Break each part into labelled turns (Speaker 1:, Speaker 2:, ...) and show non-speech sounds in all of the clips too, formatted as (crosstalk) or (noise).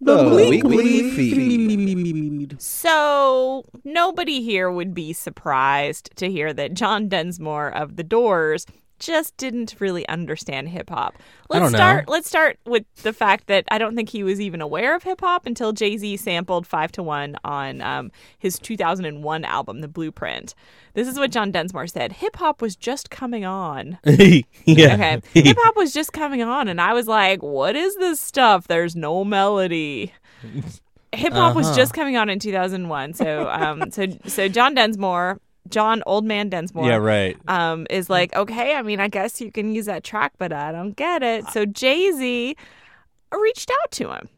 Speaker 1: The
Speaker 2: Oh,
Speaker 3: weekly
Speaker 1: feed.
Speaker 2: So, nobody here would be surprised to hear that John Densmore of The Doors just didn't really understand hip hop. Let's
Speaker 3: don't know.
Speaker 2: start let's start with the fact that I don't think he was even aware of hip hop until Jay-Z sampled 5 to 1 on um, his 2001 album The Blueprint. This is what John Densmore said. Hip hop was just coming on.
Speaker 3: (laughs) yeah.
Speaker 2: Okay. Hip hop was just coming on, and I was like, what is this stuff? There's no melody. Hip hop was
Speaker 3: Uh-huh.
Speaker 2: just coming on in 2001. So,
Speaker 3: (laughs)
Speaker 2: um, so, so John Densmore, John Old Man Densmore.
Speaker 3: Yeah, right.
Speaker 2: Um, is like, okay, I mean, I guess you can use that track, but I don't get it. So Jay Z reached out to him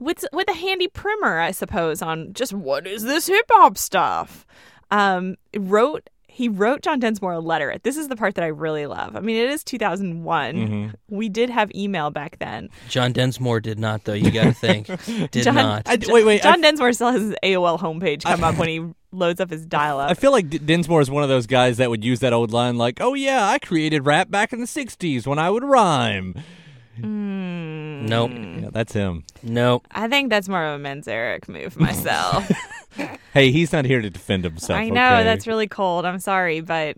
Speaker 2: with with a handy primer, I suppose, on just what is this hip hop stuff. Um, wrote he wrote John Densmore a letter. This is the part that I really love. I mean, it is 2001.
Speaker 3: Mm-hmm.
Speaker 2: We did have email back then.
Speaker 4: John Densmore did not, though. You got to
Speaker 2: (laughs)
Speaker 4: think. Did
Speaker 2: John-
Speaker 4: not.
Speaker 3: I, wait, wait. I,
Speaker 2: John Densmore still has his AOL homepage come up when he loads up his
Speaker 3: (laughs)
Speaker 2: dial
Speaker 3: I
Speaker 2: up.
Speaker 3: feel like D- Dinsmore is one of those guys that would use that old line, like, "Oh yeah, I created rap back in the '60s when I would rhyme."
Speaker 4: nope.
Speaker 2: Hmm.
Speaker 3: Yeah, that's him.
Speaker 4: Nope.
Speaker 2: I think that's more of a men's
Speaker 3: (laughs)
Speaker 2: Eric move myself.
Speaker 3: Hey, he's not here to defend himself.
Speaker 2: I know
Speaker 3: okay?
Speaker 2: that's really cold. I'm sorry, but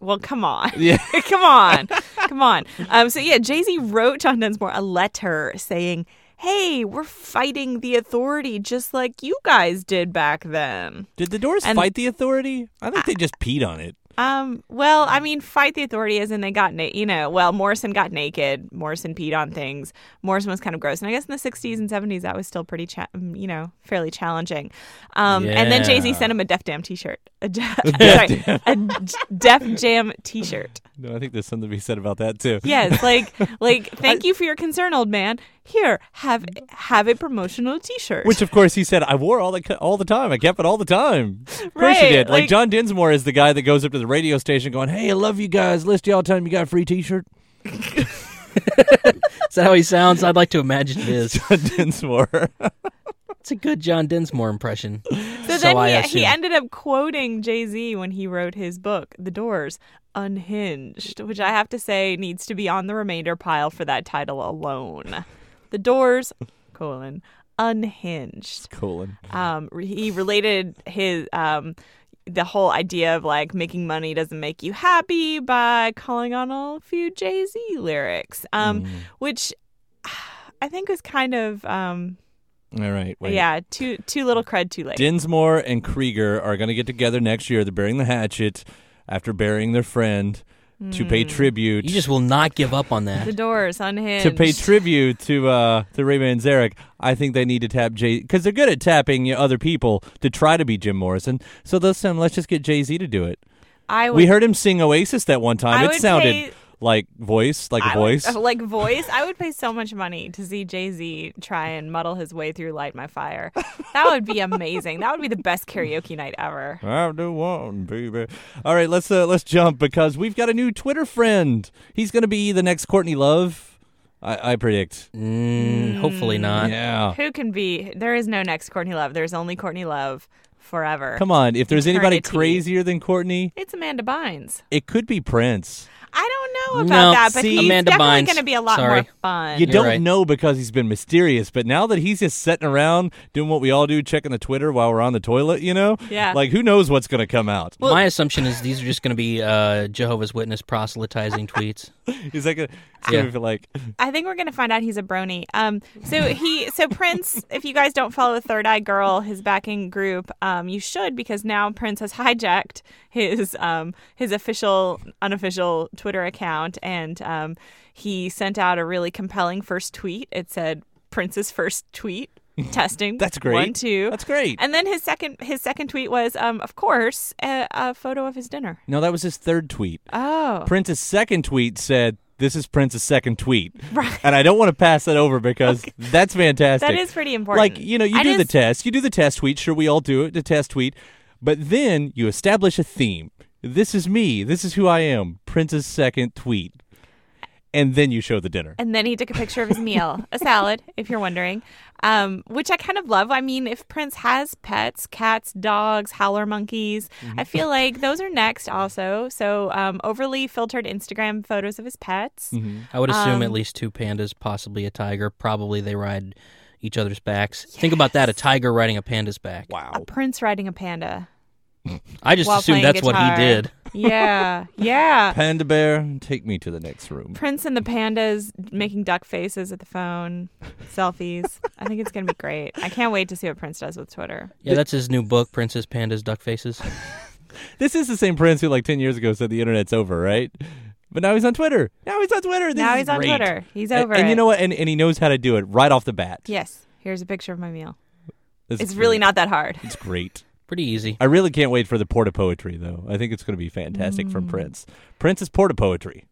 Speaker 2: well, come on,
Speaker 3: (laughs) Yeah.
Speaker 2: (laughs) come on, come on. Um, so yeah, Jay Z wrote John Densmore a letter saying, "Hey, we're fighting the authority just like you guys did back then."
Speaker 3: Did the Doors
Speaker 2: And-
Speaker 3: fight the authority? I think they just peed on it.
Speaker 2: Um, well, I mean, fight the authority as in they got, na- you know, well, Morrison got naked. Morrison peed on things. Morrison was kind of gross. And I guess in the 60s and 70s, that was still pretty, cha- um, you know, fairly challenging. Um, And then Jay Z
Speaker 3: Yeah.
Speaker 2: sent him a Def Jam t shirt. (laughs) A, de- sorry, a d- Def Jam t shirt.
Speaker 3: No, I think there's something to be said about that too. (laughs)
Speaker 2: Yes, like, like, thank you for your concern, old man. Here, have have a promotional t shirt.
Speaker 3: Which, of course, he said, I wore all the all the time. I kept it all the time. Of course,
Speaker 2: Right,
Speaker 3: you did. Like,
Speaker 2: like-
Speaker 3: John Dinsmore is the guy that goes up to the radio station, going, "Hey, I love you guys. List y'all time you got a free T-shirt."
Speaker 4: Is that how he sounds? I'd like to imagine it
Speaker 2: (laughs)
Speaker 4: is.
Speaker 3: John (laughs) Dinsmore.
Speaker 4: It's a good John Densmore impression.
Speaker 2: So,
Speaker 4: So
Speaker 2: then
Speaker 4: I
Speaker 2: he, he
Speaker 4: assume.
Speaker 2: ended up quoting Jay Z when he wrote his book, The Doors Unhinged, which I have to say needs to be on the remainder pile for that title alone. The Doors, colon, unhinged.
Speaker 3: (laughs) Colon.
Speaker 2: Um, re- he related his. Um, the whole idea of like making money doesn't make you happy by calling on a few Jay Z lyrics, um, which I think was kind of um,
Speaker 3: All right. Wait.
Speaker 2: yeah too too little cred too late.
Speaker 3: Dinsmore and Krieger are going to get together next year. They're burying the hatchet after burying their friend to pay tribute.
Speaker 4: You just will not give up on
Speaker 2: The
Speaker 4: that.
Speaker 2: doors unhinged.
Speaker 3: to pay tribute to uh, to Ray Manzarek, I think they need to tap Jay because they're good at tapping you know, other people to try to be Jim Morrison. So this time, let's just get Jay Z to do it.
Speaker 2: I would,
Speaker 3: We heard him sing Oasis that one time.
Speaker 2: I
Speaker 3: it
Speaker 2: would
Speaker 3: sounded
Speaker 2: pay-
Speaker 3: like voice, like
Speaker 2: I
Speaker 3: a voice.
Speaker 2: Would, (laughs) like voice. I would pay so much money to see Jay Z try and muddle his way through "Light My Fire." That would be amazing. that would be the best karaoke night ever.
Speaker 3: (laughs) I do want, baby. All right, let's uh, let's jump because we've got a new Twitter friend. He's going to be the next Courtney Love, I, I predict.
Speaker 4: Mm, hopefully not.
Speaker 3: Yeah.
Speaker 2: Who can be? There is no next Courtney Love. There's only Courtney Love forever.
Speaker 3: Come on, if there's anybody
Speaker 2: Eternity.
Speaker 3: crazier than Courtney,
Speaker 2: It's Amanda Bynes.
Speaker 3: it could be Prince.
Speaker 2: I don't know about
Speaker 4: No,
Speaker 2: that, but
Speaker 4: see,
Speaker 2: he's
Speaker 4: Amanda
Speaker 2: definitely
Speaker 4: Bynes.
Speaker 2: going to be a lot
Speaker 4: Sorry.
Speaker 2: more fun.
Speaker 3: You
Speaker 4: You're
Speaker 3: don't
Speaker 4: right.
Speaker 3: know because he's been mysterious, but now that he's just sitting around doing what we all do, checking the Twitter while we're on the toilet, you know?
Speaker 2: Yeah.
Speaker 3: Like, who knows what's going to come out?
Speaker 4: My assumption is these are just going to be uh, Jehovah's Witness proselytizing tweets.
Speaker 3: He's like, a, it's
Speaker 4: Yeah.
Speaker 3: gonna be like,
Speaker 2: I think we're gonna find out he's a brony. Um, so he, so
Speaker 3: (laughs)
Speaker 2: Prince, if you guys don't follow Third Eye Girl, his backing group, um, you should because now Prince has hijacked his um his official unofficial Twitter account, and um, he sent out a really compelling first tweet. It said Prince's first
Speaker 3: (laughs)
Speaker 2: tweet. Testing.
Speaker 3: That's great.
Speaker 2: One, two.
Speaker 3: That's great.
Speaker 2: And then his second, his second tweet was, um, of course, a, a photo of his dinner.
Speaker 3: no, that was his third tweet.
Speaker 2: Oh,
Speaker 3: Prince's second tweet said, this is Prince's second tweet. Right. And I don't want to pass that over because
Speaker 2: (laughs)
Speaker 3: that's fantastic.
Speaker 2: that is pretty important.
Speaker 3: Like, you know, you
Speaker 2: I
Speaker 3: do the
Speaker 2: just-
Speaker 3: test, you do the test tweet, sure, we all do it, the test tweet, but then you establish a theme. This is me, this is who I am, Prince's second tweet. And then you show the dinner.
Speaker 2: and then he took a picture of his meal, a salad, if you're wondering, um, which I kind of love. I mean, if Prince has pets, cats, dogs, howler monkeys,
Speaker 3: Mm-hmm.
Speaker 2: I feel like those are next also. So um, overly filtered Instagram photos of his pets.
Speaker 3: Mm-hmm.
Speaker 4: I would assume
Speaker 2: Um,
Speaker 4: at least two pandas, possibly a tiger. Probably they ride, each other's backs. Think about that: a tiger riding a panda's back.
Speaker 2: A
Speaker 3: Wow.
Speaker 2: prince riding a panda.
Speaker 4: I just
Speaker 2: While
Speaker 4: assumed
Speaker 2: playing
Speaker 4: that's what
Speaker 2: guitar.
Speaker 4: he did.
Speaker 3: (laughs)
Speaker 2: Yeah, yeah.
Speaker 3: Panda bear, take me to the next room.
Speaker 2: Prince and the pandas making duck faces at the phone, selfies. I think it's gonna be great. I can't wait to see what Prince does with Twitter.
Speaker 4: Yeah, that's his new book, Princess Pandas Duck Faces.
Speaker 3: This is the same Prince who, like, 10 years ago said the internet's over, right? But now he's on Twitter. Now he's on Twitter. This
Speaker 2: now
Speaker 3: is
Speaker 2: he's on
Speaker 3: great.
Speaker 2: Twitter. He's
Speaker 3: And-
Speaker 2: over.
Speaker 3: And, you
Speaker 2: it.
Speaker 3: know what? And, and he knows how to do it right off the bat.
Speaker 2: Yes. Here's a picture of my meal.
Speaker 3: This
Speaker 2: It's
Speaker 3: is
Speaker 2: really
Speaker 3: great.
Speaker 2: not that hard.
Speaker 3: It's great.
Speaker 4: Pretty easy.
Speaker 3: I really can't wait for the Porta Poetry, though. I think it's going to be fantastic
Speaker 2: Mm.
Speaker 3: from Prince. Prince's Porta Poetry.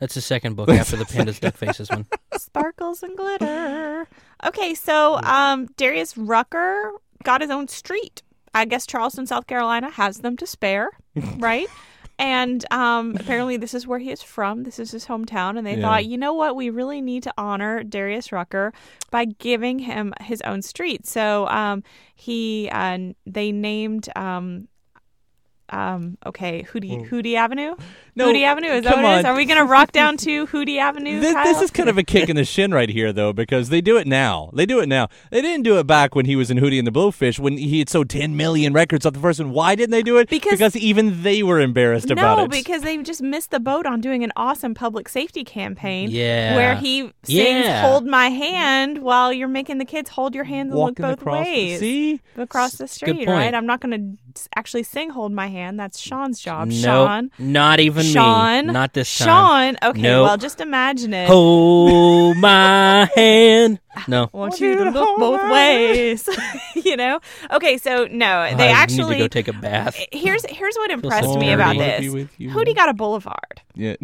Speaker 4: That's his second book after the Pandas Duck Faces one.
Speaker 2: Sparkles and glitter. Okay, so um, Darius Rucker got his own street. I guess Charleston, South Carolina has them
Speaker 3: (laughs)
Speaker 2: to spare, right? And um, apparently, this is where he is from. This is his hometown. And they
Speaker 3: Yeah.
Speaker 2: thought, you know what? We really need to honor Darius Rucker by giving him his own street. So um, he uh, they named. Um, um, okay, Hootie, Hootie Avenue?
Speaker 3: Oh. No,
Speaker 2: Hootie Avenue, is that
Speaker 3: come
Speaker 2: what it is?
Speaker 3: on.
Speaker 2: Are we going to rock down
Speaker 3: (laughs)
Speaker 2: to Hootie Avenue?
Speaker 3: This, this
Speaker 2: Kyle?
Speaker 3: is kind of a kick in the shin right here, though, because they do it now. They do it now. They didn't do it back when he was in Hootie and the Blowfish when he had sold 10 million records off the first one. Why didn't they do it?
Speaker 2: Because-
Speaker 3: even they were embarrassed about
Speaker 2: No,
Speaker 3: it.
Speaker 2: because they just missed the boat on doing an awesome public safety campaign.
Speaker 4: Yeah.
Speaker 2: Where he sings
Speaker 4: Yeah.
Speaker 2: "Hold My Hand" while you're making the kids hold your hands and
Speaker 3: Walking
Speaker 2: look both
Speaker 3: across.
Speaker 2: ways
Speaker 3: See?
Speaker 2: across the street.
Speaker 4: point.
Speaker 2: Right? I'm not going to actually sing "Hold My Hand." That's Sean's job. Sean.
Speaker 4: Nope, not even
Speaker 2: Sean.
Speaker 4: me. Not this time.
Speaker 2: Sean. Okay.
Speaker 4: Nope.
Speaker 2: Well, just imagine it.
Speaker 4: Hold
Speaker 2: (laughs)
Speaker 4: my hand. No.
Speaker 2: I want you to look both ways. (laughs) you know. Okay. So no, they
Speaker 4: I
Speaker 2: actually.
Speaker 4: need to go take a bath.
Speaker 2: here's here's what impressed
Speaker 4: so
Speaker 2: me about
Speaker 4: dirty.
Speaker 3: Wanna be
Speaker 2: this.
Speaker 3: with you.
Speaker 2: Hootie got a boulevard.
Speaker 3: Yeah.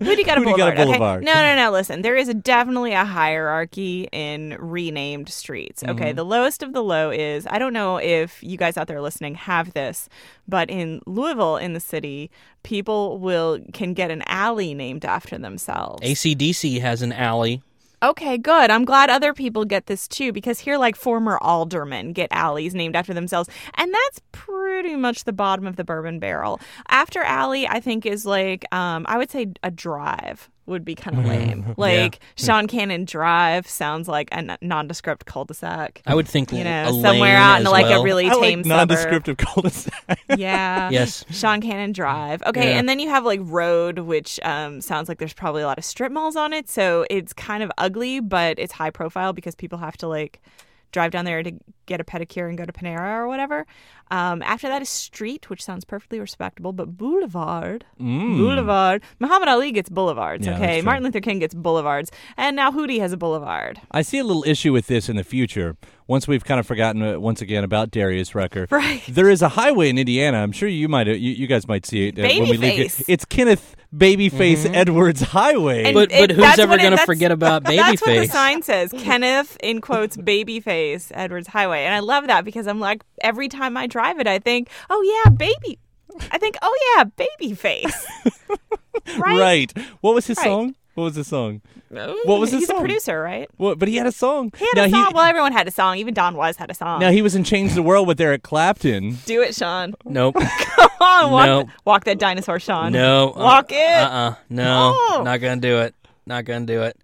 Speaker 2: Hootie got a
Speaker 3: Hootie
Speaker 2: boulevard.
Speaker 3: got a
Speaker 2: okay?
Speaker 3: boulevard.
Speaker 2: No, no, no. Listen, there is definitely a hierarchy in renamed streets. Okay,
Speaker 3: Mm-hmm.
Speaker 2: the lowest of the low is I don't know if you guys out there listening have this, but in Louisville, in the city, people will can get an alley named after themselves.
Speaker 4: ACDC has an alley.
Speaker 2: Okay, good. I'm glad other people get this too because here, like former aldermen get alleys named after themselves, and that's pretty much the bottom of the bourbon barrel. After alley, I think is like um, I would say a drive would be
Speaker 4: Mm-hmm.
Speaker 2: kind of lame. Like
Speaker 4: Hmm.
Speaker 2: Sean Cannon Drive sounds like a n- nondescript cul-de-sac.
Speaker 4: I would think
Speaker 2: You
Speaker 4: l-
Speaker 2: know,
Speaker 4: a lane
Speaker 2: somewhere out in
Speaker 4: as
Speaker 2: like
Speaker 4: well.
Speaker 2: a
Speaker 3: (laughs) I
Speaker 2: really tame
Speaker 3: like
Speaker 2: suburb.
Speaker 3: nondescriptive (laughs) cul-de-sac.
Speaker 4: (laughs)
Speaker 2: Yeah.
Speaker 4: Yes.
Speaker 2: Sean Cannon Drive. Okay,
Speaker 4: Yeah.
Speaker 2: and then you have like Road, which um, sounds like there's probably a lot of strip malls on it, so it's kind of ugly, but it's high profile because people have to like drive down there to get a pedicure and go to Panera or whatever. Um, after that is Street, which sounds perfectly respectable, but Boulevard, Boulevard. Muhammad Ali gets boulevards.
Speaker 3: Mm. Yeah, that's
Speaker 2: okay,
Speaker 3: true.
Speaker 2: Martin Luther King gets boulevards, and now Hootie has a boulevard. (laughs)
Speaker 3: I see a little issue with this in the future. Once we've kind of forgotten uh, once again about Darius Rucker,
Speaker 2: Right.
Speaker 3: There is a highway in Indiana. I'm sure you might, uh, you, you guys might see it uh, when we leave.
Speaker 2: Babyface. Mm-hmm.
Speaker 3: Here. It's Kenneth Babyface Edwards Highway.
Speaker 2: And
Speaker 4: But- but who's
Speaker 2: that's
Speaker 4: ever
Speaker 2: what it-
Speaker 4: gonna
Speaker 2: that's-
Speaker 4: forget about
Speaker 2: (laughs) That's what the
Speaker 4: Babyface?
Speaker 2: sign says. Kenneth in quotes Babyface Edwards Highway, and I love that because I'm like every time I drive it, I think, oh yeah, baby. I think, oh yeah,
Speaker 3: (laughs)
Speaker 2: Babyface. right.
Speaker 3: right. What was his
Speaker 2: Right.
Speaker 3: song? What was his song? What was his
Speaker 2: He's
Speaker 3: song?
Speaker 2: a producer, right?
Speaker 3: What, but he had a song.
Speaker 2: He had
Speaker 3: now
Speaker 2: a song.
Speaker 3: He,
Speaker 2: well, everyone had a song. Even Don Was had a song.
Speaker 3: now he was in Change the World with Eric Clapton.
Speaker 2: Do it, Sean. (laughs)
Speaker 4: Nope.
Speaker 2: Come on, walk,
Speaker 4: No.
Speaker 2: walk that dinosaur, Sean.
Speaker 4: No.
Speaker 2: Walk it.
Speaker 4: Uh-uh. No.
Speaker 2: No.
Speaker 4: Not gonna do it. Not gonna do it.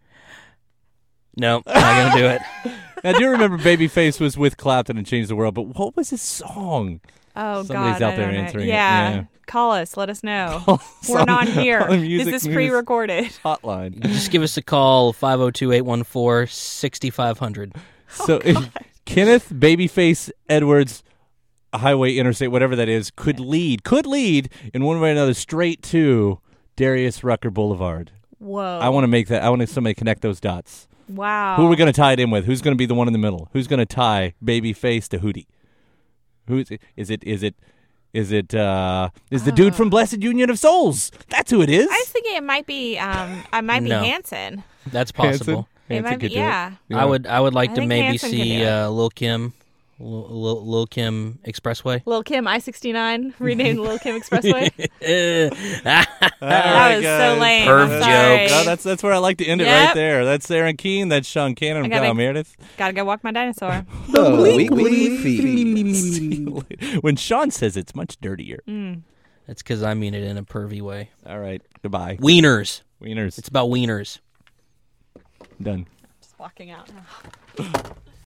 Speaker 4: No. Not gonna do it.
Speaker 3: I do remember Babyface was with Clapton and Change the World, but what was his song?
Speaker 2: Oh
Speaker 3: Somebody's
Speaker 2: God!
Speaker 3: out
Speaker 2: I
Speaker 3: there
Speaker 2: don't know.
Speaker 3: answering it,
Speaker 2: Yeah.
Speaker 3: yeah.
Speaker 2: call us. Let us know. We're
Speaker 3: Some-
Speaker 2: not here.
Speaker 3: on Music
Speaker 2: this is
Speaker 3: News
Speaker 2: pre-recorded.
Speaker 3: Hotline.
Speaker 4: Just give us a call 502-814-6500.
Speaker 3: (laughs) So Kenneth Babyface Edwards Highway Interstate, whatever that is, could lead, could lead in one way or another straight to Darius Rucker Boulevard.
Speaker 2: Whoa!
Speaker 3: I want to make that. I want somebody to connect those dots.
Speaker 2: Wow.
Speaker 3: Who are we going to tie it in with? Who's going to be the one in the middle? Who's going to tie Babyface to Hootie? Who's is it? Is it? Is it? uh Is the dude from Blessed Union of Souls? That's who it is.
Speaker 2: I was thinking it might be um I might be
Speaker 4: No.
Speaker 2: Hanson.
Speaker 4: That's
Speaker 3: Hanson?
Speaker 4: possible.
Speaker 2: It
Speaker 3: Hanson
Speaker 2: might be
Speaker 3: could do it.
Speaker 2: yeah.
Speaker 3: Yeah.
Speaker 4: I would I would like
Speaker 2: I
Speaker 4: to
Speaker 2: think
Speaker 4: maybe
Speaker 2: Hanson can do
Speaker 4: see
Speaker 2: it.
Speaker 4: uh, Lil Kim Lil, Lil, Lil Kim Expressway. (laughs)
Speaker 2: Lil Kim I sixty nine renamed Lil Kim Expressway.
Speaker 3: All
Speaker 2: that
Speaker 3: right,
Speaker 2: was
Speaker 3: guys.
Speaker 2: so lame.
Speaker 4: Perv
Speaker 2: I'm
Speaker 4: jokes.
Speaker 2: sorry.
Speaker 3: No, that's that's where I like to end it right
Speaker 2: Yep.
Speaker 3: there. That's Aaron Keene. That's Sean Cannon.
Speaker 2: I
Speaker 3: I'm
Speaker 2: gotta-
Speaker 3: Kyle Meredith.
Speaker 2: Gotta go walk my dinosaur.
Speaker 5: The weekly
Speaker 3: (laughs)
Speaker 5: feed.
Speaker 3: when Sean says it's much dirtier.
Speaker 2: Mm.
Speaker 4: That's because I mean it in a pervy way.
Speaker 3: All right. Goodbye.
Speaker 4: Wieners.
Speaker 3: Wieners.
Speaker 4: It's about wieners.
Speaker 3: done.
Speaker 2: walking out.